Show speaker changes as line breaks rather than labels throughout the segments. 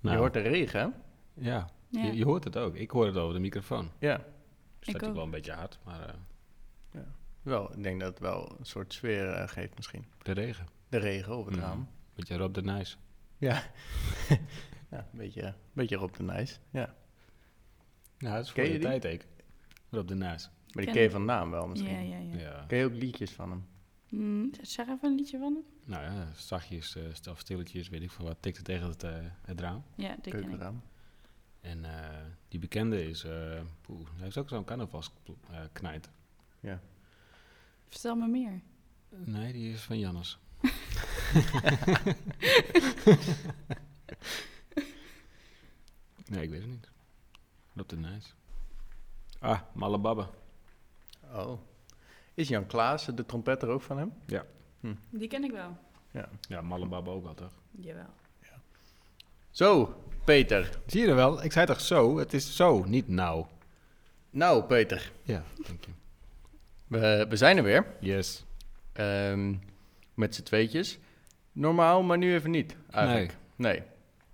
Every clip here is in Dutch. Nou,
Je hoort de regen, hè?
Ja,
Ja.
Je, je hoort het ook. Ik hoor het over de microfoon.
Ja.
Dus dat
Ik
is
ook.
wel een beetje hard, maar eh,
Wel, ik denk dat het wel een soort sfeer eh, geeft misschien.
de regen.
De regen op het
Mm.
raam.
Beetje Rob de Nijs.
Ja. ja, een beetje, een beetje Rob de Nijs. Ja.
Nou, dat is voor
Ken je
de
die?
tijd, ik. Rob de Nijs.
Maar die
Ken
ken je
ik.
van naam wel misschien.
Ja, ja, ja.
Ja.
Ken je ook liedjes van hem?
Mm, zeg even een liedje van hem.
Nou ja, zachtjes eh, st- of stilletjes, weet ik veel wat, tikte tegen het, eh, het raam.
Ja, die ken ik.
Keukenraam.
En eh, die bekende is, eh poeh, hij heeft ook zo'n carnavalsknijt.
Vertel me meer.
nee, die is van Jannes. nee, ik weet het niet. Rob de Nijs. Ah, Malababa.
Oh. Is Jan Klaassen, de trompetter, ook van hem?
Die ken ik wel.
Ja, Malababa ook wel, toch?
Jawel.
Zo, Peter.
Zie je er wel? Ik zei toch zo? Het is zo, niet nou.
Nou, Peter.
Ja, dank je.
We, we zijn er weer.
Yes.
Ehm, met z'n tweetjes. Normaal, maar nu even niet, eigenlijk. Nee.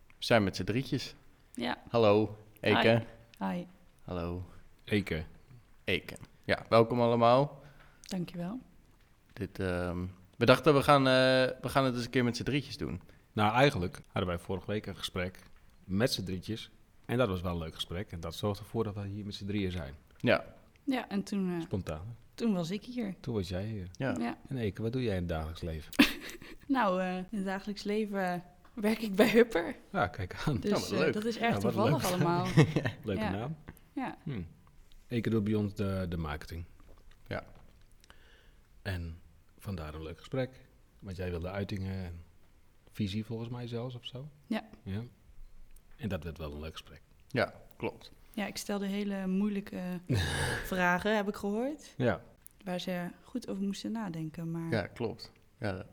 We zijn met z'n drietjes.
Ja.
Hallo, Eke.
Hi. Hi.
Hallo,
Eke.
Eke. Ja, welkom allemaal.
Dankjewel.
Dit, ehm, we dachten, we gaan, eh, we gaan het eens een keer met z'n drietjes doen.
Nou, eigenlijk hadden wij vorige week een gesprek met z'n drietjes. En dat was wel een leuk gesprek. En dat zorgde ervoor dat we hier met z'n drieën zijn.
Ja,
Ja, en toen, eh,
Spontaan.
toen was ik hier.
Toen was jij hier.
ja.
En Eke, wat doe jij in het dagelijks leven?
Nou, eh, in het dagelijks leven eh, werk ik bij Hupper.
Ja, kijk aan.
Dus
wat
eh,
leuk.
dat is erg
Ja, wat
toevallig
leuk.
allemaal.
Leuke
Ja.
naam.
Ja.
Hm. Eke doet bij ons de, de marketing.
Ja.
En vandaar een leuk gesprek. Want jij wilde uitingen en visie volgens mij zelfs of zo.
Ja.
ja. En dat werd wel een leuk gesprek.
ja, klopt.
ja, ik stelde hele moeilijke vragen, heb ik gehoord.
Ja.
Waar ze goed over moesten nadenken. Maar
Ja, klopt. Ja, daar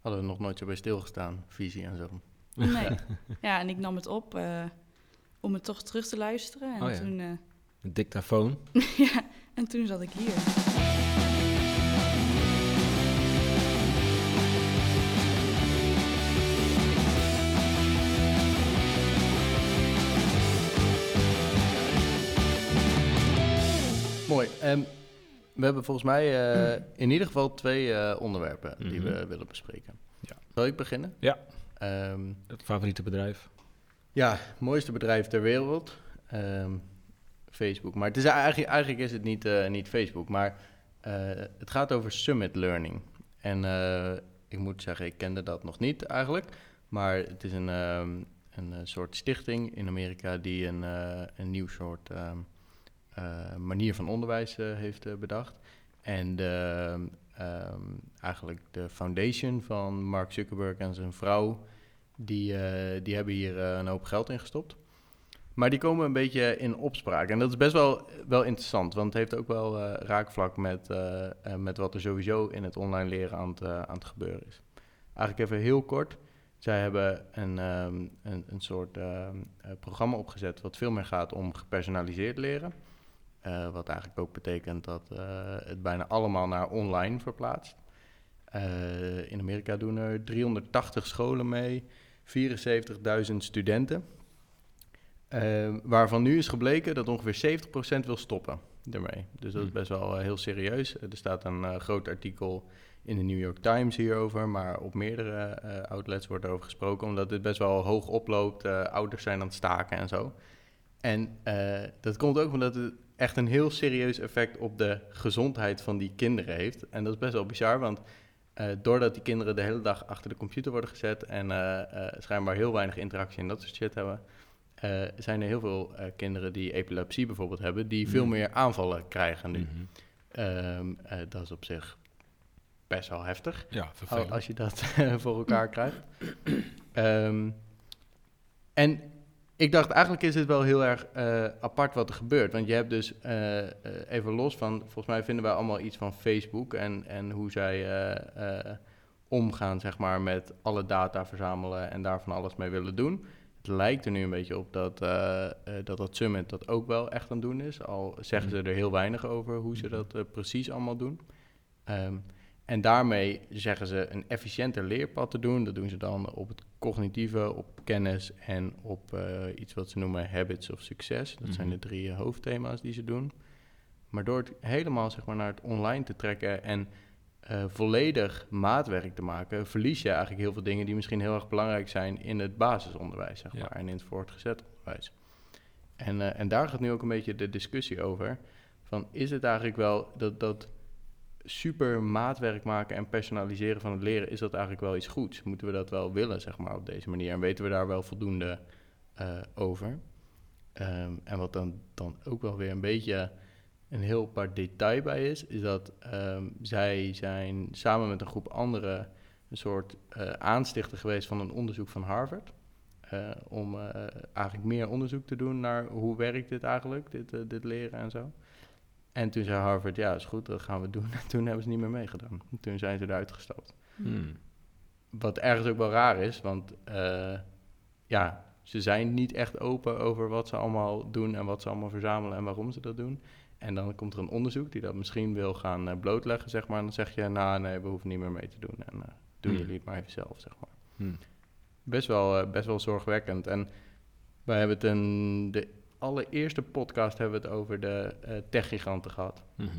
hadden we nog nooit zo bij stilgestaan, visie en zo.
nee. Ja, en ik nam het op eh, om het toch terug te luisteren. En,
Oh ja.
toen, eh,
Een dictafoon.
ja, en toen zat ik hier.
Mooi. Ehm, we hebben volgens mij eh, in ieder geval twee eh, onderwerpen die
Mhm.
we willen bespreken.
Ja.
Zal ik beginnen?
Ja.
Ehm,
Het favoriete bedrijf.
ja, mooiste bedrijf ter wereld. Ehm, Facebook. Maar het is eigenlijk, eigenlijk is het niet, eh, niet Facebook. Maar eh, het gaat over Summit Learning. En eh, ik moet zeggen, ik kende dat nog niet eigenlijk. Maar het is een, ehm, een eh, soort stichting in Amerika die een, eh, een nieuw soort ehm, eh, manier van onderwijs eh, heeft eh, bedacht. En de, ehm, eigenlijk de foundation van Mark Zuckerberg en zijn vrouw, die, eh, die hebben hier eh, een hoop geld in gestopt. Maar die komen een beetje in opspraak. En dat is best wel, wel interessant, want het heeft ook wel eh, raakvlak met, eh, eh, met wat er sowieso in het online leren aan het, eh, aan het gebeuren is. Eigenlijk even heel kort. Zij hebben een, ehm, een, een soort ehm, eh, programma opgezet wat veel meer gaat om gepersonaliseerd leren. Eh, wat eigenlijk ook betekent dat eh, het bijna allemaal naar online verplaatst. Eh, in Amerika doen er 380 scholen mee, 74.000 studenten. Eh, waarvan nu is gebleken dat ongeveer 70% wil stoppen ermee. Dus dat is
Hmm.
best wel eh, heel serieus. Eh, er staat een eh, groot artikel in de New York Times hierover, maar op meerdere eh, outlets wordt erover gesproken, omdat dit best wel hoog oploopt. eh, ouders zijn aan het staken en zo. En eh, dat komt ook omdat het echt een heel serieus effect op de gezondheid van die kinderen heeft. En dat is best wel bizar, want eh, doordat die kinderen de hele dag achter de computer worden gezet en eh, eh, schijnbaar heel weinig interactie en dat soort shit hebben, eh, zijn er heel veel eh, kinderen die epilepsie bijvoorbeeld hebben, die veel
Mhm.
meer aanvallen krijgen nu.
Mhm.
Ehm, eh, dat is op zich best wel heftig.
Ja,
Al-
vervelend.
Oh, Als je dat eh, voor elkaar krijgt. Ehm, en ik dacht, eigenlijk is het wel heel erg eh, apart wat er gebeurt. Want je hebt dus, eh, eh, even los van, volgens mij vinden wij allemaal iets van Facebook en, en hoe zij eh, eh, omgaan, zeg maar, met alle data verzamelen en daar van alles mee willen doen. Het lijkt er nu een beetje op dat eh, eh, dat, dat summit dat ook wel echt aan het doen is. Al zeggen ze er heel weinig over hoe ze dat eh, precies allemaal doen. Ehm, En daarmee zeggen ze een efficiënter leerpad te doen. Dat doen ze dan op het cognitieve, op kennis en op eh, iets wat ze noemen habits of succes. Dat zijn de
Mhm.
drie eh, hoofdthema's die ze doen. Maar door het helemaal zeg maar, naar het online te trekken en eh, volledig maatwerk te maken, verlies je eigenlijk heel veel dingen die misschien heel erg belangrijk zijn in het basisonderwijs zeg
Ja.
maar, en in het voortgezet onderwijs. En, eh, en daar gaat nu ook een beetje de discussie over. Van is het eigenlijk wel dat, dat super maatwerk maken en personaliseren van het leren, is dat eigenlijk wel iets goeds? Moeten we dat wel willen, zeg maar, op deze manier? En weten we daar wel voldoende eh, over? Ehm, en wat dan, dan ook wel weer een beetje een heel paar detail bij is, is dat ehm, zij zijn samen met een groep anderen een soort eh, aanstichter geweest van een onderzoek van Harvard. eh, om eh, eigenlijk meer onderzoek te doen naar hoe werkt dit eigenlijk, dit, eh, dit leren en zo. En toen zei Harvard, ja, is goed, dat gaan we doen. En toen hebben ze niet meer meegedaan. Toen zijn ze eruit gestapt.
Hmm.
Wat ergens ook wel raar is, want eh, ja, ze zijn niet echt open over wat ze allemaal doen en wat ze allemaal verzamelen en waarom ze dat doen. En dan komt er een onderzoek die dat misschien wil gaan eh, blootleggen, zeg maar. En dan zeg je, nou nee, we hoeven niet meer mee te doen. En eh, doen
Hmm.
jullie het maar even zelf, zeg maar.
Hmm.
Best wel, eh, best wel zorgwekkend. En wij hebben het in de allereerste podcast hebben we het over de eh, techgiganten gehad
Mhm.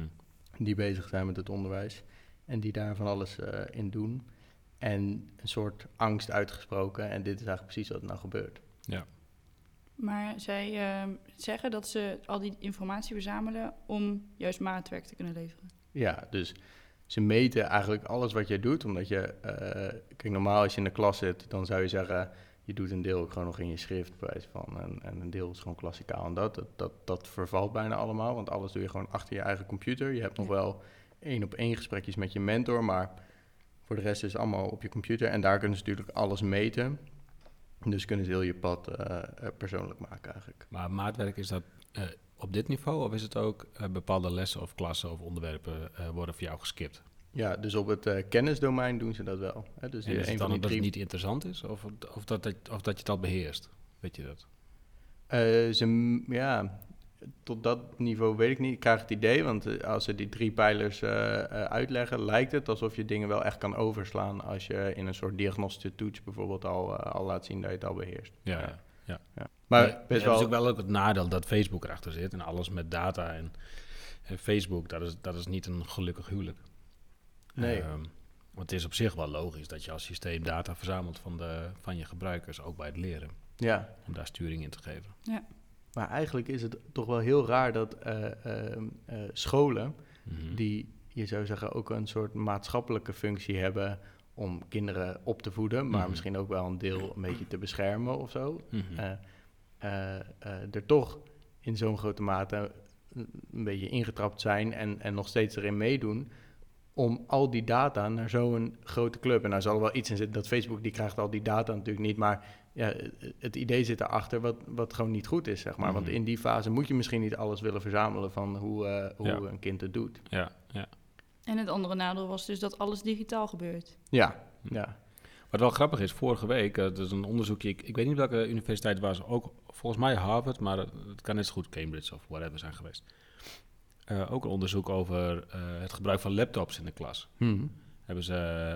die bezig zijn met het onderwijs en die daar van alles eh, in doen. En een soort angst uitgesproken. En dit is eigenlijk precies wat er nou gebeurt.
Maar zij ehm, zeggen dat ze al die informatie verzamelen om juist maatwerk te kunnen leveren.
Ja, dus ze meten eigenlijk alles wat jij doet. Omdat je, eh, kijk, normaal als je in de klas zit, dan zou je zeggen... je doet een deel ook gewoon nog in je schrift, bij wijze van. En, en een deel is gewoon klassikaal en dat. Dat, dat. dat vervalt bijna allemaal, want alles doe je gewoon achter je eigen computer. Je hebt nog
Ja.
wel één-op-één gesprekjes met je mentor... maar voor de rest is het allemaal op je computer. En daar kunnen ze natuurlijk alles meten. Dus kunnen ze heel je pad eh, eh, persoonlijk maken eigenlijk.
Maar maatwerk is dat eh, op dit niveau of is het ook eh, bepaalde lessen of klassen of onderwerpen eh, worden voor jou geskipt?
Ja, dus op het eh, kennisdomein doen ze dat wel. Hè? Dus
en is
een
het
van
dan
die
dat
drie
het niet interessant is of, of, dat, dat, of dat je dat beheerst? Weet je dat?
Eh, ze, m- ja, tot dat niveau weet ik niet. Ik krijg het idee, want eh, als ze die drie pijlers eh, eh, uitleggen, lijkt het alsof je dingen wel echt kan overslaan als je in een soort diagnostische toets bijvoorbeeld al, eh, al laat zien dat je het al beheerst.
Ja.
Ja.
Maar
Maar best wel.
is ook wel ook het nadeel dat Facebook erachter zit en alles met data en, en Facebook, dat is, dat is niet een gelukkig huwelijk.
Nee.
Ehm, want het is op zich wel logisch dat je als systeem data verzamelt van, de, van je gebruikers, ook bij het leren,
Ja.
om daar sturing in te geven.
Maar eigenlijk is het toch wel heel raar dat eh, ehm, eh, scholen
Mhm.
die je zou zeggen ook een soort maatschappelijke functie hebben om kinderen op te voeden, maar
Mhm.
misschien ook wel een deel een beetje te beschermen of zo.
Mhm.
eh, eh, eh, er toch in zo'n grote mate een een beetje ingetrapt zijn en, en nog steeds erin meedoen om al die data naar zo'n grote club. En daar zal er wel iets in zitten dat Facebook die krijgt al die data natuurlijk niet, maar ja, het idee zit erachter wat, wat gewoon niet goed is, zeg maar. Want
Mhm.
in die fase moet je misschien niet alles willen verzamelen van hoe, eh, hoe
Ja.
een kind het doet.
ja, ja.
En het andere nadeel was dus dat alles digitaal gebeurt.
Ja,
Hm.
ja.
Wat wel grappig is, vorige week, eh, dat is een onderzoekje, ik, ik weet niet welke universiteit het was, ook volgens mij Harvard, maar het, het kan net zo goed Cambridge of whatever zijn geweest. Eh, ook een onderzoek over eh, het gebruik van laptops in de klas. hebben ze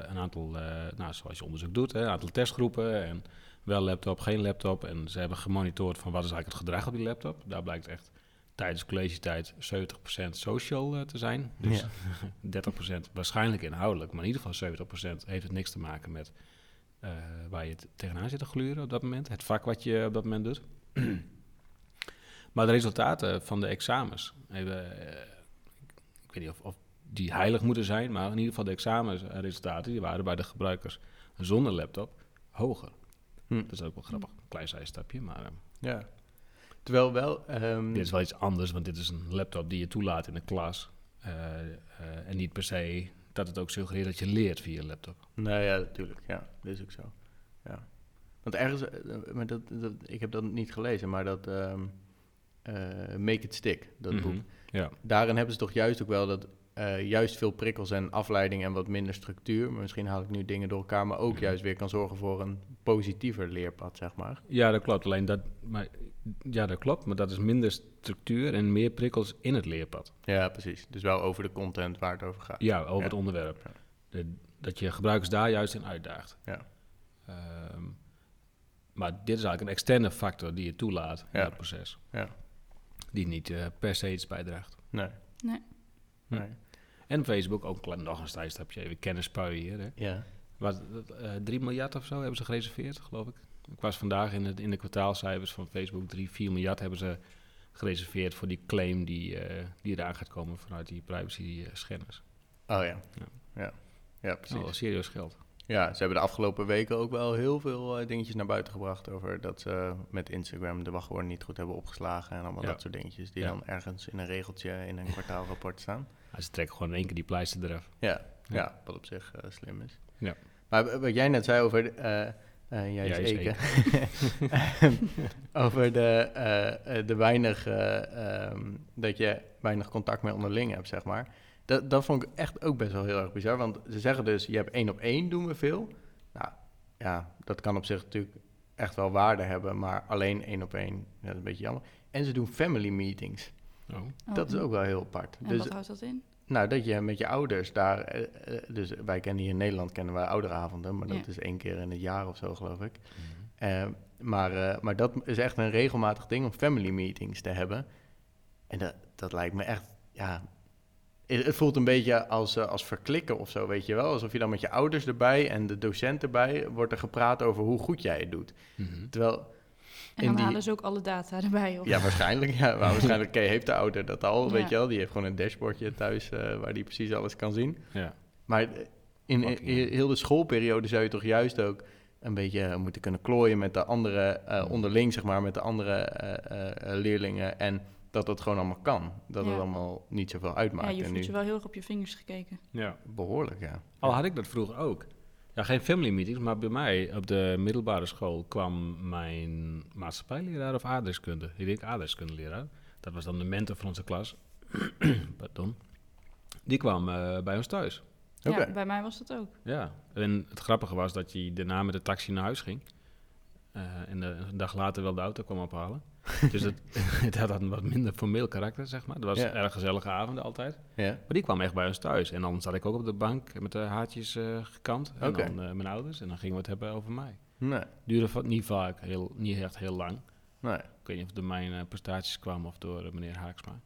een aantal, eh, nou, zoals je onderzoek doet, hè, een aantal testgroepen en wel laptop, geen laptop. En ze hebben gemonitord van wat is eigenlijk het gedrag op die laptop. Daar blijkt echt tijdens collegetijd 70% social eh, te zijn. Dus
Ja.
30% waarschijnlijk inhoudelijk, maar in ieder geval 70% heeft het niks te maken met eh, waar je t- tegenaan zit te gluren op dat moment. Het vak wat je op dat moment doet. maar de resultaten van de examens hebben, eh, ik weet niet of, of die heilig moeten zijn, maar in ieder geval de examenresultaten die waren bij de gebruikers zonder laptop hoger.
Hm.
Dat is ook wel grappig. Een klein zijstapje, maar eh,
Ja. Terwijl wel... ehm,
dit is wel iets anders, want dit is een laptop die je toelaat in de klas. eh, eh, en niet per se dat het ook suggereert dat je leert via je laptop.
Nou ja, natuurlijk. Ja, dat is ook zo. Ja. Want ergens... eh, eh, Maar dat, dat, ik heb dat niet gelezen, maar dat... ehm, eh, Make It Stick, dat
Mhm.
boek.
Ja.
Daarin hebben ze toch juist ook wel dat... eh, juist veel prikkels en afleiding en wat minder structuur. Maar misschien haal ik nu dingen door elkaar, maar ook
Mhm.
juist weer kan zorgen voor een positiever leerpad, zeg maar.
Ja, dat klopt. Alleen dat, maar, ja, dat klopt, maar dat is minder structuur en meer prikkels in het leerpad.
Ja, precies. Dus wel over de content waar het over gaat.
Ja, over
Ja.
het onderwerp. de- dat je gebruikers daar juist in uitdaagt.
Ja.
Ehm, maar dit is eigenlijk een externe factor die je toelaat in
Ja.
dat proces.
Ja.
Die niet eh, per se iets bijdraagt.
Nee.
Nee.
Hm.
Nee.
En Facebook ook een klein- nog een stijstapje, even kennis spuien hier. Hè.
Ja.
Wat, eh 3 miljard of zo hebben ze gereserveerd, geloof ik. Ik was vandaag in, het, in de kwartaalcijfers van Facebook 3, 4 miljard hebben ze gereserveerd voor die claim die, eh die eraan gaat komen vanuit die privacy eh, schenders.
Oh ja.
Ja.
Ja. Ja, ja
Dat is
precies.
wel serieus geld.
Ja, ze hebben de afgelopen weken ook wel heel veel eh, dingetjes naar buiten gebracht over dat ze met Instagram de wachtwoorden niet goed hebben opgeslagen en allemaal
Ja.
dat soort dingetjes die
Ja.
dan ergens in een regeltje in een kwartaalrapport staan.
Ah, ze trekken gewoon in één keer die pleister eraf.
Ja,
Ja.
ja. wat op zich eh, slim is.
Ja.
Maar w- wat jij net zei over... de- eh, eh, jij
Jij
is
is
Eke. over de, eh, eh, de weinig... eh, ehm, dat je weinig contact meer onderling hebt, zeg maar. Dat, dat vond ik echt ook best wel heel erg bizar. Want ze zeggen dus, je hebt één op één doen we veel. Nou, ja, dat kan op zich natuurlijk echt wel waarde hebben. Maar alleen één op één, dat is een beetje jammer. En ze doen family meetings.
Oh.
Oh,
Dat is ook wel heel apart.
En
Dus-
wat houdt dat in?
nou, dat je met je ouders daar... eh, eh, dus wij kennen hier in Nederland kennen wij ouderavonden... maar dat
Ja.
is één keer in het jaar of zo, geloof ik.
Mhm.
Eh, maar, eh, maar dat is echt een regelmatig ding om family meetings te hebben. En dat, dat lijkt me echt... Ja, het, het voelt een beetje als, eh, als verklikken of zo, weet je wel. Alsof je dan met je ouders erbij en de docent erbij... wordt er gepraat over hoe goed jij het doet.
Mhm.
Terwijl...
En
In
dan
die-
halen ze ook alle data erbij, of?
Ja, waarschijnlijk. Ja, maar waarschijnlijk oké, heeft de ouder dat al,
Ja.
weet je wel. Die heeft gewoon een dashboardje thuis eh, waar die precies alles kan zien.
Ja.
Maar eh, in, in-
Fucking hell.
heel de schoolperiode zou je toch juist ook een beetje eh, moeten kunnen klooien met de andere, eh, onderling zeg maar, met de andere eh, eh, eh, leerlingen. En dat dat gewoon allemaal kan. Dat
Ja.
het allemaal niet zoveel
Ja,
uitmaakt.
je
en
voelt
nu
je wel heel erg op je vingers gekeken.
ja.
behoorlijk, ja.
Al had ik dat vroeger ook. Ja, geen family meetings, maar bij mij op de middelbare school kwam mijn maatschappijleraar of aardrijkskunde. Ik denk aardrijkskundeleraar. Dat was dan de mentor van onze klas. Pardon. Die kwam eh, bij ons thuis.
Oké.
Ja, bij mij was dat ook.
Ja, en het grappige was dat hij daarna met de taxi naar huis ging. Eh, en de, een dag later wel de auto kwam ophalen. dus het, het had een wat minder formeel karakter, zeg maar. Dat was
Ja.
erg gezellige avonden altijd.
Ja.
Maar die kwam echt bij ons thuis. En dan zat ik ook op de bank met de haartjes eh, gekant. En
Oké.
dan eh, mijn ouders. En dan gingen we het hebben over mij.
Nee,
Duurde va- niet vaak, heel, niet echt heel lang.
nee.
Ik weet niet of het door mijn eh, prestaties kwam of door eh, meneer Haaksma.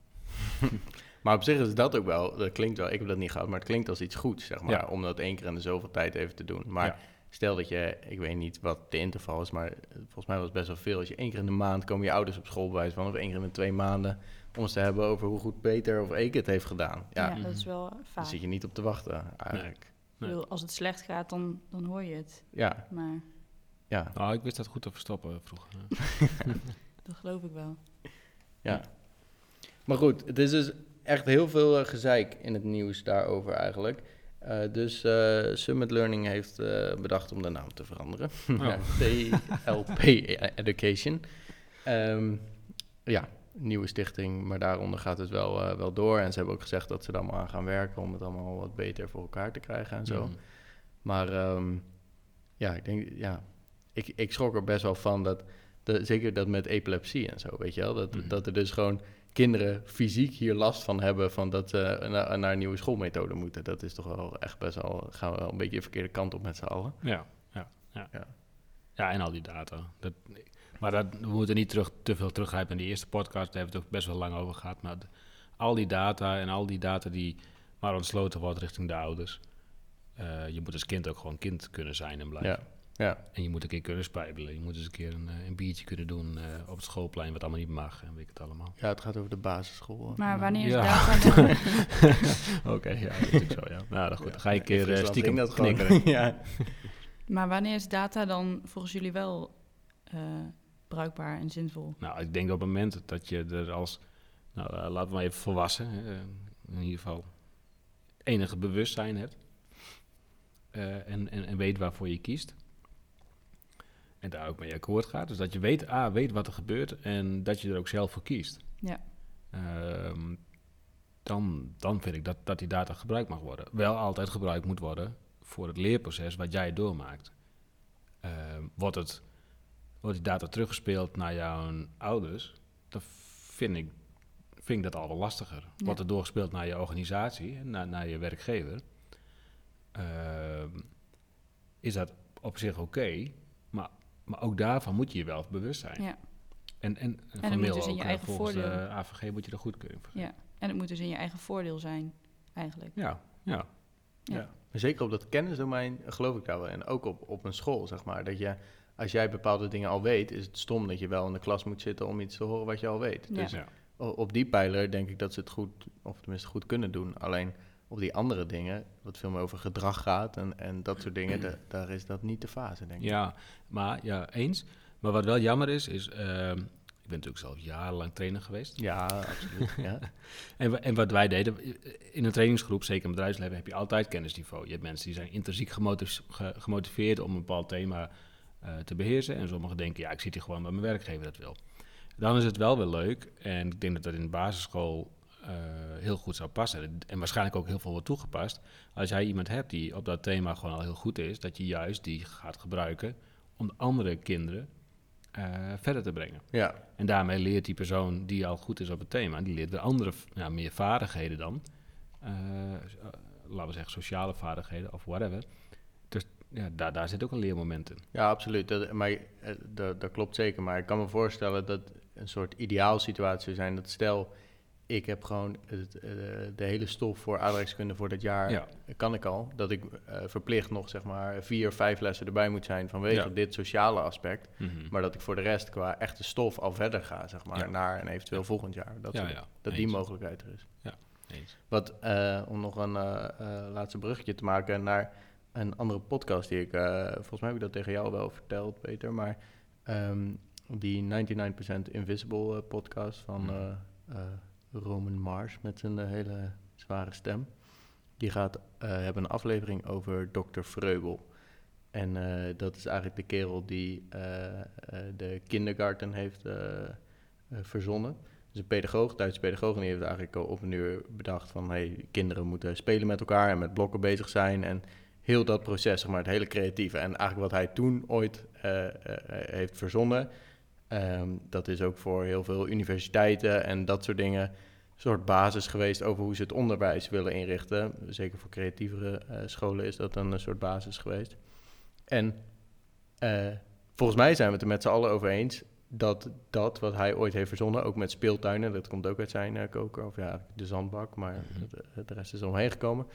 Maar op zich is dat ook wel, dat klinkt wel, ik heb dat niet gehad, maar het klinkt als iets goeds, zeg maar,
Ja.
om dat één keer in de zoveel tijd even te doen. Maar
Ja.
stel dat je, ik weet niet wat de interval is, maar eh, volgens mij was het best wel veel. Als je één keer in de maand komen je ouders op school bij wijze van, of één keer in de twee maanden, om eens te hebben over hoe goed Peter of Eke het heeft gedaan. Ja,
Ja, dat is wel eh,
daar
vaak.
zit je niet op te wachten eigenlijk.
Ik bedoel, als het slecht gaat, dan, dan hoor je het.
Ja,
Maar
ja,
Nou, ik wist dat goed te verstoppen vroeger. ja.
dat geloof ik wel.
ja. Maar goed, het is dus echt heel veel eh, gezeik in het nieuws daarover eigenlijk. Eh, dus eh, Summit Learning heeft eh, bedacht om de naam te veranderen. naar TLP Education. Ehm, ja, nieuwe stichting, maar daaronder gaat het wel, eh, wel door. En ze hebben ook gezegd dat ze er allemaal aan gaan werken om het allemaal wat beter voor elkaar te krijgen en zo.
Mhm.
Maar ehm, ja, ik denk, ja, ik, ik schrok er best wel van dat, dat- zeker dat met epilepsie en zo, weet je wel, dat,
Mhm.
dat er dus gewoon kinderen fysiek hier last van hebben van dat ze naar, naar een nieuwe schoolmethode moeten. Dat is toch wel echt best wel, gaan we wel een beetje de verkeerde kant op met z'n allen.
Ja, ja, ja. ja.
Ja.
en al die data. Dat, maar dat, we moeten niet terug, te veel teruggrijpen in de eerste podcast. Daar hebben we het ook best wel lang over gehad. Maar d- al die data en al die data die maar ontsloten wordt richting de ouders. Eh, je moet als kind ook gewoon kind kunnen zijn en blijven.
Ja, ja,
En je moet een keer kunnen spijbelen. Je moet eens een keer een, eh, een biertje kunnen doen eh, op het schoolplein, wat allemaal niet mag en weet ik het allemaal.
ja, het gaat over de basisschool.
Maar wanneer is
Ja.
data dan...
Oké, ja, dat is ook zo, ja. Nou, dan goed, dan ga je een keer eh, stiekem knikkeren.
ja.
Maar wanneer is data dan volgens jullie wel eh, bruikbaar en zinvol?
Nou, ik denk op het moment dat je er als, nou, eh, laten we maar even volwassen, hè, eh, in ieder geval enige bewustzijn hebt eh, en, en, en weet waarvoor je kiest. En daar ook mee akkoord gaat. Dus dat je weet, A, weet wat er gebeurt en dat je er ook zelf voor kiest.
Ja.
Ehm, dan, dan vind ik dat, dat die data gebruikt mag worden. Wel altijd gebruikt moet worden voor het leerproces wat jij doormaakt. Ehm, wordt het wordt die data teruggespeeld naar jouw ouders, dan vind ik, vind ik dat al wel lastiger.
Ja.
Wordt er doorgespeeld naar je organisatie, en naar, naar je werkgever, eh, ehm, is dat op zich oké, maar, maar ook daarvan moet je je wel bewust zijn.
Ja.
En, en, en,
moet
van mail
dus in je
ook, eh,
eigen
volgens de
voordeel.
AVG moet je er goedkeuring voor
Ja. En het moet dus in je eigen voordeel zijn, eigenlijk.
Ja, ja.
Maar zeker op dat kennisdomein geloof ik daar wel in. Ook op, op een school, zeg maar. Dat je, als jij bepaalde dingen al weet, is het stom dat je wel in de klas moet zitten om iets te horen wat je al weet.
Ja.
Dus
Ja.
o- op die pijler denk ik dat ze het goed, of tenminste goed kunnen doen. Alleen op die andere dingen, wat veel meer over gedrag gaat en, en dat soort dingen, da- daar is dat niet de fase, denk ik.
Ja, maar ja, eens. Maar wat wel jammer is, is. ehm, ik ben natuurlijk zelf jarenlang trainer geweest.
Ja, absoluut. ja.
En, wa- en wat wij deden, eh, in een trainingsgroep, zeker in bedrijfsleven, heb je altijd kennisniveau. Je hebt mensen die zijn intrinsiek gemotive- ge- gemotiveerd om een bepaald thema eh, te beheersen. En sommigen denken, ja, ik zit hier gewoon waar mijn werkgever dat wil. Dan is het wel weer leuk. En ik denk dat dat in de basisschool eh, heel goed zou passen. En waarschijnlijk ook heel veel wordt toegepast. Als jij iemand hebt die op dat thema gewoon al heel goed is, dat je juist die gaat gebruiken om de andere kinderen eh, verder te brengen.
ja,
En daarmee leert die persoon die al goed is op het thema, die leert weer andere, ja, meer vaardigheden dan. eh, so- eh, laten we zeggen, sociale vaardigheden of whatever. Dus ja, daar, daar zit ook een leermoment in.
Ja, absoluut. Dat, maar, eh, dat, dat klopt zeker. Maar ik kan me voorstellen dat een soort ideaalsituatie zou zijn. Dat stel, ik heb gewoon het, eh, de hele stof voor aardrijkskunde voor dat jaar,
Ja.
kan ik al. Dat ik eh, verplicht nog zeg maar vier, vijf lessen erbij moet zijn vanwege
Ja.
dit sociale aspect.
Mhm.
Maar dat ik voor de rest qua echte stof al verder ga, zeg maar,
Ja.
naar een eventueel volgend jaar. Dat,
Ja,
soort-
ja.
dat die
Eens.
mogelijkheid er is.
Eens.
Wat, eh, om nog een eh, eh, laatste bruggetje te maken naar een andere podcast die ik... eh, volgens mij heb ik dat tegen jou wel verteld, Peter. Maar ehm, die 99% Invisible eh, podcast van
Mhm.
eh, eh, Roman Mars met zijn eh, hele zware stem. Die gaat, eh, hebben een aflevering over Dr. Vreugel. En eh, dat is eigenlijk de kerel die eh, eh, de kindergarten heeft eh, eh, verzonnen. Dus een pedagoog, Duitse pedagoog, en die heeft eigenlijk al op een uur bedacht van... hey, kinderen moeten spelen met elkaar en met blokken bezig zijn. En heel dat proces, zeg maar, het hele creatieve. En eigenlijk wat hij toen ooit eh, eh, heeft verzonnen... ehm, dat is ook voor heel veel universiteiten en dat soort dingen... een soort basis geweest over hoe ze het onderwijs willen inrichten. Zeker voor creatievere eh, scholen is dat dan een soort basis geweest. En eh, volgens mij zijn we het er met z'n allen over eens dat dat wat hij ooit heeft verzonnen, ook met speeltuinen, dat komt ook uit zijn eh, koker, of ja, eigenlijk de zandbak, maar
Mhm.
de, de rest is er omheen gekomen,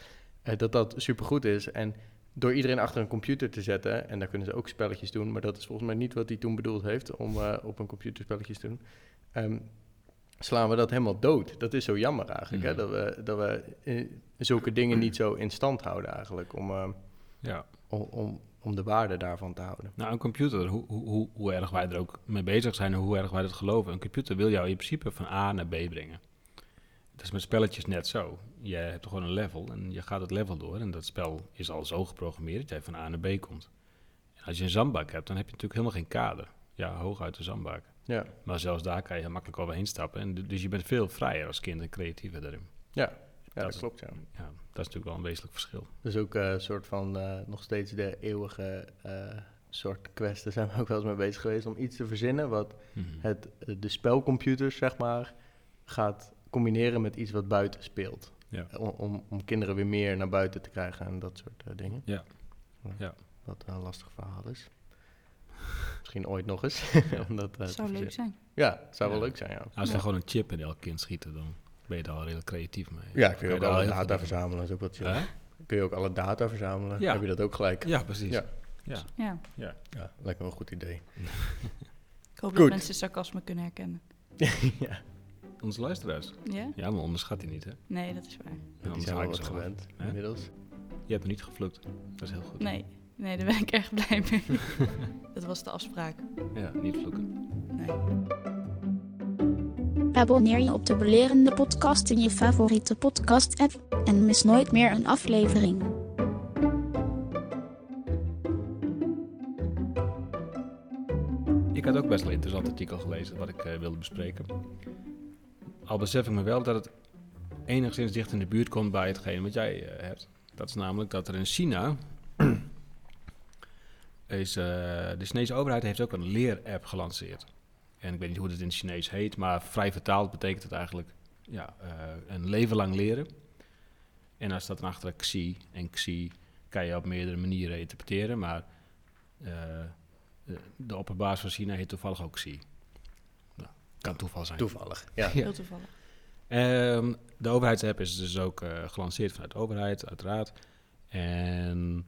eh, dat dat supergoed is. En door iedereen achter een computer te zetten, en daar kunnen ze ook spelletjes doen, maar dat is volgens mij niet wat hij toen bedoeld heeft om eh, op een computer spelletjes te doen, ehm, slaan we dat helemaal dood. Dat is zo jammer eigenlijk,
Mhm.
hè? dat we, dat we eh, zulke dingen niet zo in stand houden eigenlijk, om... ehm,
Ja.
om, om, om de waarde daarvan te houden.
Nou, een computer, hoe, hoe, hoe- hoe erg wij er ook mee bezig zijn en hoe erg wij dat geloven, een computer wil jou in principe van A naar B brengen. Het is met spelletjes net zo. Je hebt gewoon een level en je gaat het level door en dat spel is al zo geprogrammeerd dat jij van A naar B komt. En als je een zandbak hebt, dan heb je natuurlijk helemaal geen kader. Ja, hooguit de zandbak.
Ja,
Maar zelfs daar kan je heel makkelijk overheen stappen. En du- dus je bent veel vrijer als kind en creatiever daarin.
ja
Dat
dat
is-
klopt. Ja.
Ja, dat is natuurlijk wel een wezenlijk verschil.
Dus ook eh, een soort van eh, nog steeds de eeuwige eh, soort quest. Daar zijn we ook wel eens mee bezig geweest om iets te verzinnen wat
Mhm.
het, eh, de spelcomputers, zeg maar, gaat combineren met iets wat buiten speelt. Eh,
Ja.
Om, om, om kinderen weer meer naar buiten te krijgen en dat soort eh, dingen.
Ja. Ja.
Wat een lastig verhaal is. Misschien ooit nog eens. om dat, eh, te
zou leuk
verzinnen.
zijn.
Ja, het zou
Ja.
wel leuk zijn, ja.
Als we
Ja.
gewoon een chip in elk kind schieten, dan ben je daar al redelijk creatief mee. Dan
Ja, kun
kan
je
je
ook
daar al
alle
heel veel
data
dingen-
verzamelen, dat is ook wat chill.
Hè?
Kun je ook alle data verzamelen,
Ja.
heb je dat ook gelijk.
Ja, precies.
Ja.
Ja.
Ja.
Ja, lijkt me wel een goed idee.
Ik hoop
Goed.
dat mensen sarcasme kunnen herkennen.
ja,
Onze luisteraars.
Ja?
Ja, maar onderschat die niet, hè?
Nee, dat is waar.
anders
die zijn wel
haken ze
wat
wel af.
gewend
Hè?
inmiddels.
Je hebt me niet geflukt. Dat is heel goed.
Nee. Nee, daar ben ik erg blij mee. dat was de afspraak.
Ja, niet vloeken.
Nee.
Abonneer je op de Belerende Podcast in je favoriete podcast-app en mis nooit meer een aflevering.
Ik had ook best wel een interessant artikel gelezen wat ik eh, wilde bespreken. Al besef ik me wel dat het enigszins dicht in de buurt komt bij hetgeen wat jij eh, hebt. Dat is namelijk dat er in China. is, eh, de Chinese overheid heeft ook een leer-app gelanceerd. En ik weet niet hoe het in het Chinees heet, maar vrij vertaald betekent het eigenlijk ja, eh, een leven lang leren. En daar staat dan achter Xi en Xi kan je op meerdere manieren interpreteren, maar eh, de- de opperbaas van China heet toevallig ook Xi. Nou, kan toeval zijn.
Toevallig. Ja.
Ja.
Heel toevallig.
Ehm, de overheidsapp is dus ook eh, gelanceerd vanuit de overheid, uiteraard. En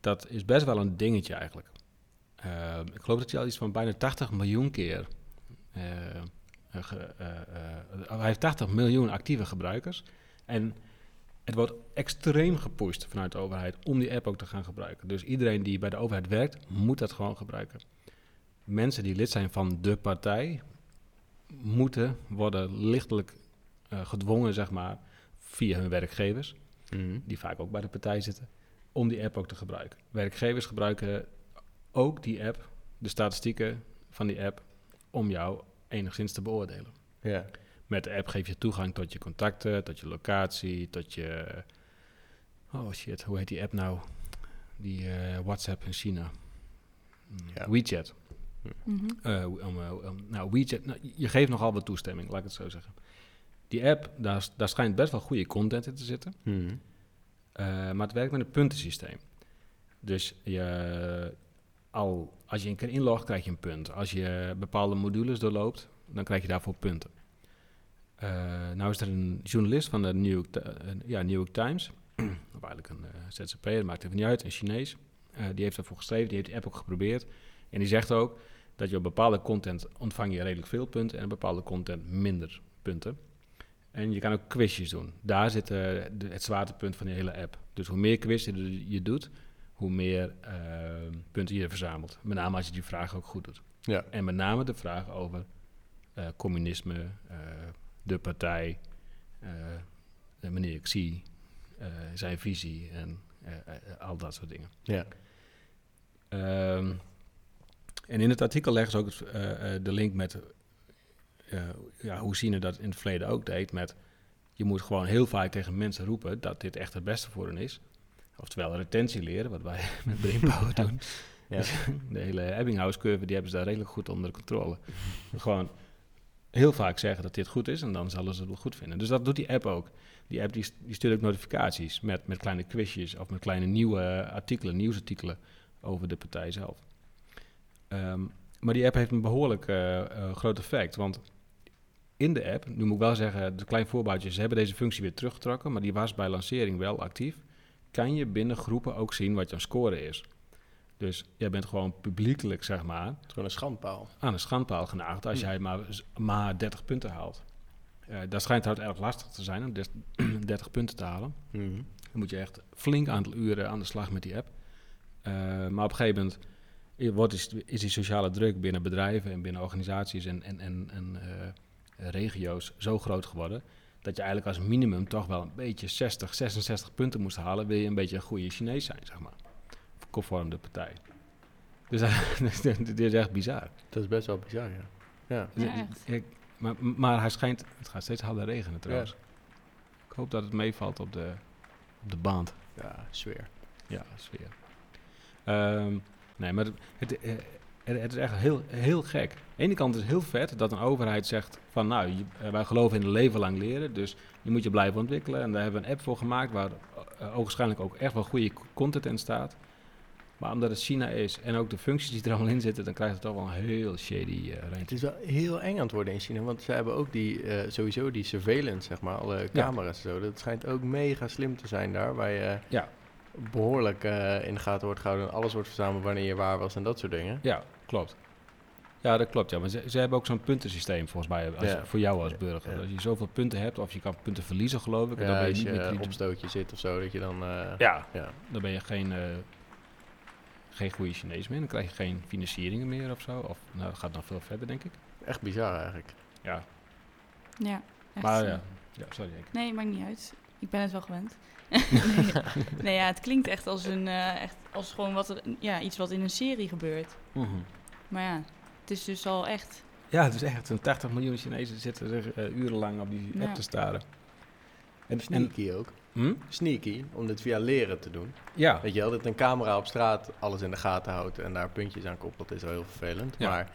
dat is best wel een dingetje eigenlijk. Ehm, ik geloof dat hij al iets van bijna 80 miljoen keer. eh, eh, ge- eh, eh, hij heeft 80 miljoen actieve gebruikers. En het wordt extreem gepusht vanuit de overheid om die app ook te gaan gebruiken. Dus iedereen die bij de overheid werkt, moet dat gewoon gebruiken. Mensen die lid zijn van de partij moeten worden lichtelijk eh, gedwongen, zeg maar, via hun werkgevers,
Mhm.
die vaak ook bij de partij zitten, om die app ook te gebruiken. Werkgevers gebruiken ook die app, de statistieken van die app, om jou enigszins te beoordelen.
ja.
Met de app geef je toegang tot je contacten, tot je locatie, tot je. Oh shit, hoe heet die app nou? Die eh, WhatsApp in China.
Ja.
WeChat.
Mhm.
Eh, om, eh, om- nou, WeChat, nou, je geeft nogal wat toestemming, laat ik het zo zeggen. Die app, daar, daar schijnt best wel goede content in te zitten.
Mhm.
eh, maar het werkt met een puntensysteem. Dus je, al, als je een keer inlogt, krijg je een punt. Als je bepaalde modules doorloopt, dan krijg je daarvoor punten. Eh, nou is er een journalist van de New York, Ti- eh, ja, New York Times, of eigenlijk een eh, ZZP'er, maakt even niet uit, een Chinees. Eh, die heeft daarvoor geschreven, die heeft die app ook geprobeerd. En die zegt ook dat je op bepaalde content ontvang je redelijk veel punten en op bepaalde content minder punten. En je kan ook quizjes doen. Daar zit eh, de- het zwaartepunt van die hele app. Dus hoe meer quizjes je- je doet, hoe meer eh, punten je verzamelt. Met name als je die vraag ook goed doet.
Ja.
En met name de vraag over eh, communisme, eh, de partij, eh, de meneer Xi, eh, zijn visie en eh, eh, al dat soort dingen.
Ja.
Ehm, en in het artikel leggen ze ook het, eh, eh, de link met eh, ja, hoe China dat in het verleden ook deed. Met je moet gewoon heel vaak tegen mensen roepen dat dit echt het beste voor hen is. Oftewel retentie leren, wat wij met Brainpower doen.
Ja.
Dus De hele Ebbinghaus-curve, die hebben ze daar redelijk goed onder controle. gewoon heel vaak zeggen dat dit goed is en dan zullen ze het wel goed vinden. Dus dat doet die app ook. Die app die, st- die stuurt ook notificaties met, met kleine quizjes of met kleine nieuwe eh, artikelen, nieuwsartikelen over de partij zelf. Ehm, maar die app heeft een behoorlijk eh, eh, groot effect. Want in de app, nu moet ik wel zeggen, een klein voorbouwtje, ze hebben deze functie weer teruggetrokken, maar die was bij lancering wel actief. Kan je binnen groepen ook zien wat jouw score is? Dus jij bent gewoon publiekelijk, zeg maar,
Het is gewoon een schandpaal.
aan een schandpaal genaagd als
Hm.
jij maar, maar 30 punten haalt. Eh, dat schijnt trouwens erg lastig te zijn om des- 30 punten te halen.
Mhm.
Dan moet je echt flink aantal uren aan de slag met die app. Eh, maar op een gegeven moment i- wordt die, is die sociale druk binnen bedrijven en binnen organisaties en, en, en, en eh, regio's zo groot geworden. Dat je eigenlijk als minimum toch wel een beetje 60, 66 punten moest halen. Wil je een beetje een goede Chinees zijn, zeg maar. Conform de partij. Dus dat, dit is echt bizar.
Dat is best wel bizar, ja. Ja.
Ja, echt.
Ik- maar, maar hij schijnt, het gaat steeds harder regenen trouwens. Ik hoop dat het meevalt op de, op de baan.
Ja, sfeer.
Ja, sfeer. Ehm, nee, maar het, het, eh, het, het is echt heel, heel gek. Aan de ene kant is het heel vet dat een overheid zegt van... nou, je- eh, wij geloven in het leven lang leren, dus je moet je blijven ontwikkelen. En daar hebben we een app voor gemaakt waar eh, ogenschijnlijk ook echt wel goede content in staat. Maar omdat het China is en ook de functies die er allemaal in zitten... dan krijgt het toch wel een heel shady eh
Het
rijntje.
is wel heel eng aan het worden in China, want ze hebben ook die, eh, sowieso die surveillance, zeg maar, alle camera's en zo. Dat schijnt ook mega slim te zijn daar, waar je
Ja.
behoorlijk eh, in de gaten wordt gehouden en alles wordt verzameld wanneer je waar was en dat soort dingen.
Ja, klopt. Ja, dat klopt. Ja. Maar ze, ze hebben ook zo'n puntensysteem volgens mij als-
Ja.
voor jou als burger.
Ja.
Als je zoveel punten hebt of je kan punten verliezen, geloof ik... en dan
Ja,
ben je
als
niet
je
meer
eh,
kritisch-
opstootje zit of zo, dat je dan... eh,
Ja,
ja.
dan ben je geen, eh, geen goede Chinees meer. Dan krijg je geen financieringen meer of zo. Of, nou, dat gaat nog veel verder, denk ik.
Echt bizar eigenlijk.
Ja,
Ja, echt.
maar ja. ja sorry, ik.
Nee, maakt niet uit. Ik ben het wel gewend. nee. nee, ja, het klinkt echt als, een, eh, echt als gewoon wat er, ja, iets wat in een serie gebeurt. Maar ja, het is dus al echt...
Mhm. Ja, het is echt. Een 80 miljoen Chinezen zitten er eh, urenlang op die
Ja.
app te staren. En, en,
Sneaky ook.
hm?
Sneaky, om dit via leren te doen.
Ja,
Weet je wel, dat een camera op straat alles in de gaten houdt en daar puntjes aan koppelt, is wel heel vervelend.
Ja.
Maar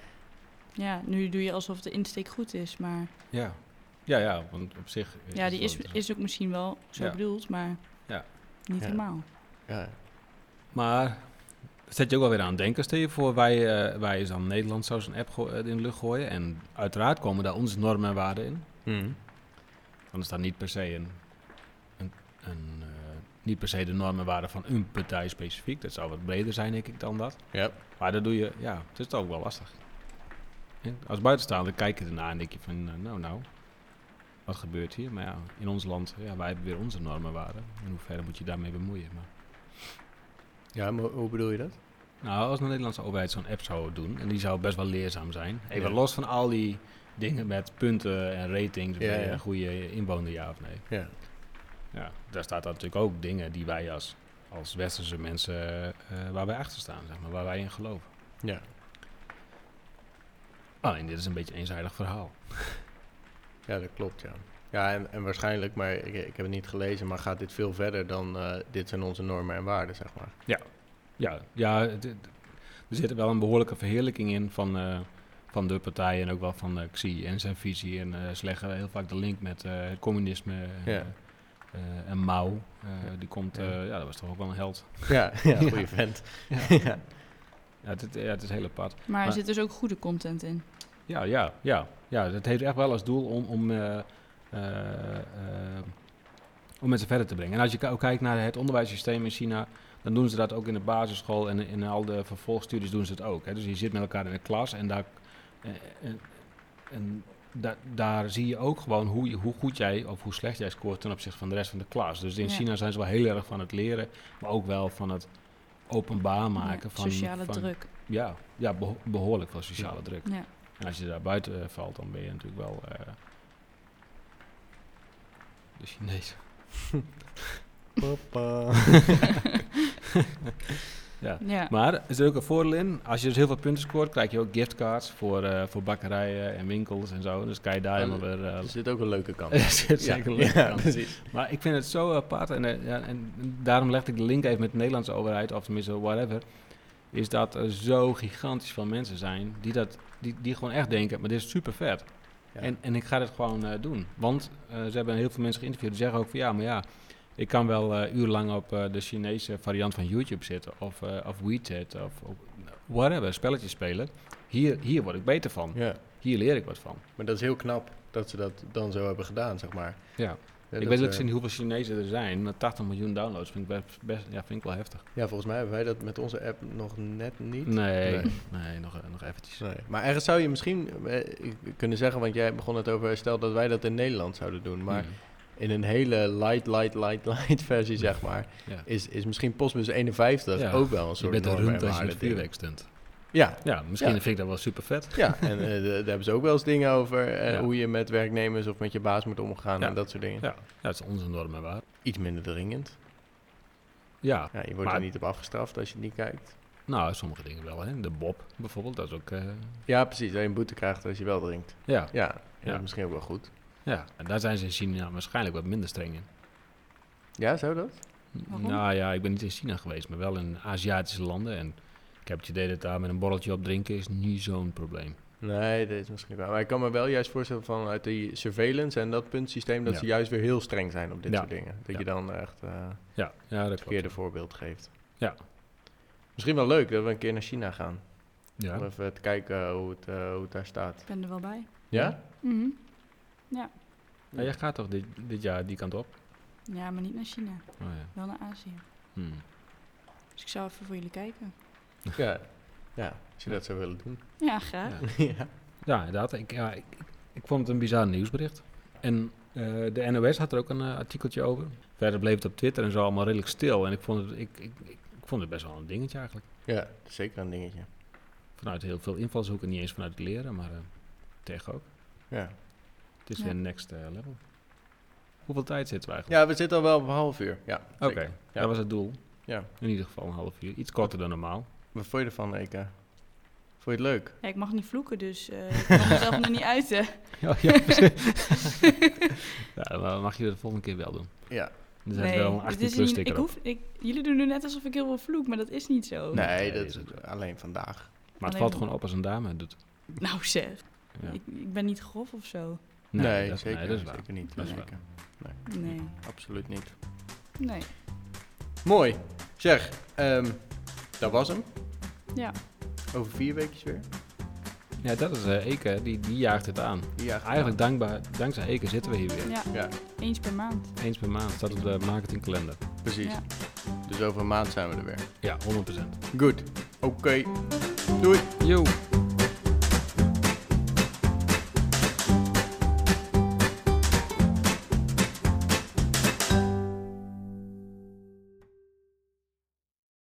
Ja, nu doe je alsof de insteek goed is, maar...
ja. Ja, ja, want op zich...
Ja, die
het dus
is,
wel interessant.
is ook misschien wel zo
Ja.
bedoeld, maar
Ja.
niet
Ja.
helemaal.
Ja.
Maar dat zet je ook wel weer aan het denken. Stel je voor, wij, eh, wij is dan Nederland zou zo'n app goo- eh, in de lucht gooien. En uiteraard komen daar onze normen en waarden in.
Hmm.
Dan is daar niet per se een, een, een, eh, niet per se de normen en waarden van een partij specifiek. Dat zou wat breder zijn, denk ik, dan dat.
Ja.
Maar dat doe je, ja, het is toch ook wel lastig. Ja, Als buitenstaander kijk je ernaar en denk je van, eh, nou, nou, wat gebeurt hier? Maar ja, in ons land, ja, wij hebben weer onze normen en waarden. In hoeverre moet je daarmee bemoeien? Maar...
ja, maar hoe bedoel je dat?
Nou, als de Nederlandse overheid zo'n app zou doen, en die zou best wel leerzaam zijn. Even
Ja.
los van al die dingen met punten en ratings,
Ja,
ja,
ja.
een goede inwoner ja of nee.
Ja.
Ja, daar staat dan natuurlijk ook dingen die wij als, als westerse mensen, eh, waar wij achter staan, zeg maar, waar wij in geloven.
Ja.
Alleen, dit is een beetje een eenzijdig verhaal.
Ja, dat klopt, ja. Ja, en, en waarschijnlijk, maar ik, ik heb het niet gelezen, maar gaat dit veel verder dan eh, dit zijn onze normen en waarden, zeg maar.
Ja, ja het- het- er zit wel een behoorlijke verheerlijking in van, eh, van de partij en ook wel van eh, Xi en zijn visie. En eh ze leggen heel vaak de link met eh, het communisme en,
Ja.
eh, eh, en Mao. Eh, Die komt,
Ja.
eh, ja, dat was toch ook wel een held.
Ja, ja goede vent. Ja.
Ja, het, ja, het is heel apart.
Maar er
Maar-
zit dus ook goede content in.
Ja, ja, ja. Ja, dat heeft echt wel als doel om, om, eh, eh, eh, om mensen verder te brengen. En als je k- ook kijkt naar het onderwijssysteem in China, dan doen ze dat ook in de basisschool en in al de vervolgstudies doen ze het ook. Hè. Dus je zit met elkaar in de klas en daar, eh, en, en da- daar zie je ook gewoon hoe, je- hoe goed jij of hoe slecht jij scoort ten opzichte van de rest van de klas. Dus in
Ja.
China zijn ze wel heel erg van het leren, maar ook wel van het openbaar maken.
Ja,
van,
sociale
van-
druk.
Ja, ja beho- behoorlijk veel sociale druk.
Ja.
En als je daar buiten eh, valt, dan ben je natuurlijk wel eh, de Chinees.
Papa.
Ja.
Ja.
Maar er zit ook een voordeel in. Als je dus heel veel punten scoort, krijg je ook giftcards voor, eh, voor bakkerijen en winkels en zo. Dus kan je daar
Oh,
helemaal weer... eh,
Er zit ook een leuke kant.
er zit zeker
ja,
leuk
ja,
aan.
precies.
Maar ik vind het zo apart en, eh, ja, en daarom legde ik de link even met de Nederlandse overheid, of tenminste whatever, is dat er zo gigantisch veel mensen zijn die, dat, die, die gewoon echt denken, maar dit is super vet.
Ja.
En, en ik ga dit gewoon eh, doen. Want eh, ze hebben heel veel mensen geïnterviewd die zeggen ook van ja, maar ja, ik kan wel eh, urenlang op eh, de Chinese variant van YouTube zitten of, eh, of WeChat of, of whatever, spelletjes spelen. Hier, hier word ik beter van.
ja,
Hier leer ik wat van.
maar dat is heel knap dat ze dat dan zo hebben gedaan, zeg maar.
Ja.
Ja,
ik
dat,
weet
eh,
ook niet hoeveel Chinezen er zijn, maar 80 miljoen downloads vind ik best, best- ja, vind ik wel heftig.
Ja, volgens mij hebben wij dat met onze app nog net niet.
Nee,
Nee.
nee. nog, eh, nog eventjes.
Nee. Maar ergens zou je misschien eh, kunnen zeggen, want jij begon het over, stel dat wij dat in Nederland zouden doen, maar
Hmm.
in een hele light, light, light, light versie, zeg maar,
Ja.
is, is misschien postbus 51
Ja,
ook wel een
Je
soort
bent een
norm en
ruimte als je in
waarde
het
ding.
vuurwerk stunt.
Ja,
Ja, misschien
Ja.
vind ik dat wel super vet.
ja. en eh, de- daar hebben ze ook wel eens dingen over, eh,
Ja.
hoe je met werknemers of met je baas moet omgaan
Ja.
en dat soort dingen.
Ja, dat is onze norm en waar.
Iets minder dringend.
Ja,
Ja, je wordt
Maar-
er niet op afgestraft als je het niet kijkt.
nou, sommige dingen wel. Hè. De Bob bijvoorbeeld, dat is ook... eh,
Ja, precies, dat je een boete krijgt als je wel drinkt.
ja,
Ja, ja,
Ja.
dat is misschien ook wel goed.
ja, en daar zijn ze in China waarschijnlijk wat minder streng in.
Ja, zou dat?
Waarom?
Nou ja, ik ben niet in China geweest, maar wel in Aziatische landen. En ik heb het idee dat daar met een borreltje op drinken is niet zo'n probleem.
Nee, dat is misschien wel. Maar ik kan me wel juist voorstellen vanuit die surveillance en dat puntsysteem... dat
Ja.
ze juist weer heel streng zijn op dit
Ja.
soort dingen. Dat
Ja.
je dan echt eh
Ja, ja dat
het
klopt.
verkeerde voorbeeld geeft.
Ja.
Misschien wel leuk dat we een keer naar China gaan. Om
Ja.
even te kijken hoe het, eh, hoe het daar staat.
Ik ben er wel bij.
Ja?
Mhm.
Nou, jij gaat toch dit, dit jaar die kant op?
Ja, maar niet naar China.
Oh, ja.
Wel naar Azië.
Hmm.
Dus ik zou even voor jullie kijken.
Ja. Ja, als je dat zou willen doen.
Ja, graag.
Ja.
ja.
Ja, inderdaad. Ik, ja, ik, ik vond het een bizar nieuwsbericht. En eh, de NOS had er ook een eh, artikeltje over. Verder bleef het op Twitter en zo allemaal redelijk stil. En ik vond het, ik, ik, ik, ik vond het best wel een dingetje eigenlijk.
ja, dat is zeker een dingetje.
Vanuit heel veel invalshoeken, niet eens vanuit het leren, maar eh, tegen ook.
Ja.
Het is
Ja.
weer next eh, level. Hoeveel tijd zitten we eigenlijk?
ja, we zitten al wel op een half uur. Ja,
Oké,
zeker. Ja.
dat was het doel.
Ja.
In ieder geval een half uur. Iets korter dan normaal.
Wat vond je ervan, Eka? Vond je het leuk?
Ja, ik mag niet vloeken, dus eh, ik kan mezelf nog niet uiten.
ja, ja, precies. ja, dan mag je dat de volgende keer wel doen.
Ja.
Er zijn wel een
dit
18
is
plus
niet- ik
sticker op.
hoef, ik, jullie doen nu net alsof ik heel veel vloek, maar dat is niet zo.
Nee,
Oh, nee,
dat
is ook
is
zo.
alleen vandaag.
Maar het
Alleen-
valt gewoon op als een dame het doet.
Nou zeg,
Ja.
ik, ik ben niet grof of zo.
Nee,
dat,
zeker,
nee, dat is waar.
zeker niet.
Dat is
Zeker.
Nee,
Absoluut niet.
nee.
Mooi. Zeg, ehm, dat was hem.
Ja.
Over vier weken weer.
Ja, dat is eh Eke, die, die jaagt het aan.
Ja,
Eigenlijk dankbaar, dankzij Eke zitten we hier weer.
Ja,
Ja,
eens per maand.
Eens per maand staat op de marketingkalender.
precies.
Ja.
Dus over een maand zijn we er weer.
Ja, 100%.
Goed. Oké. Doei.
Yo!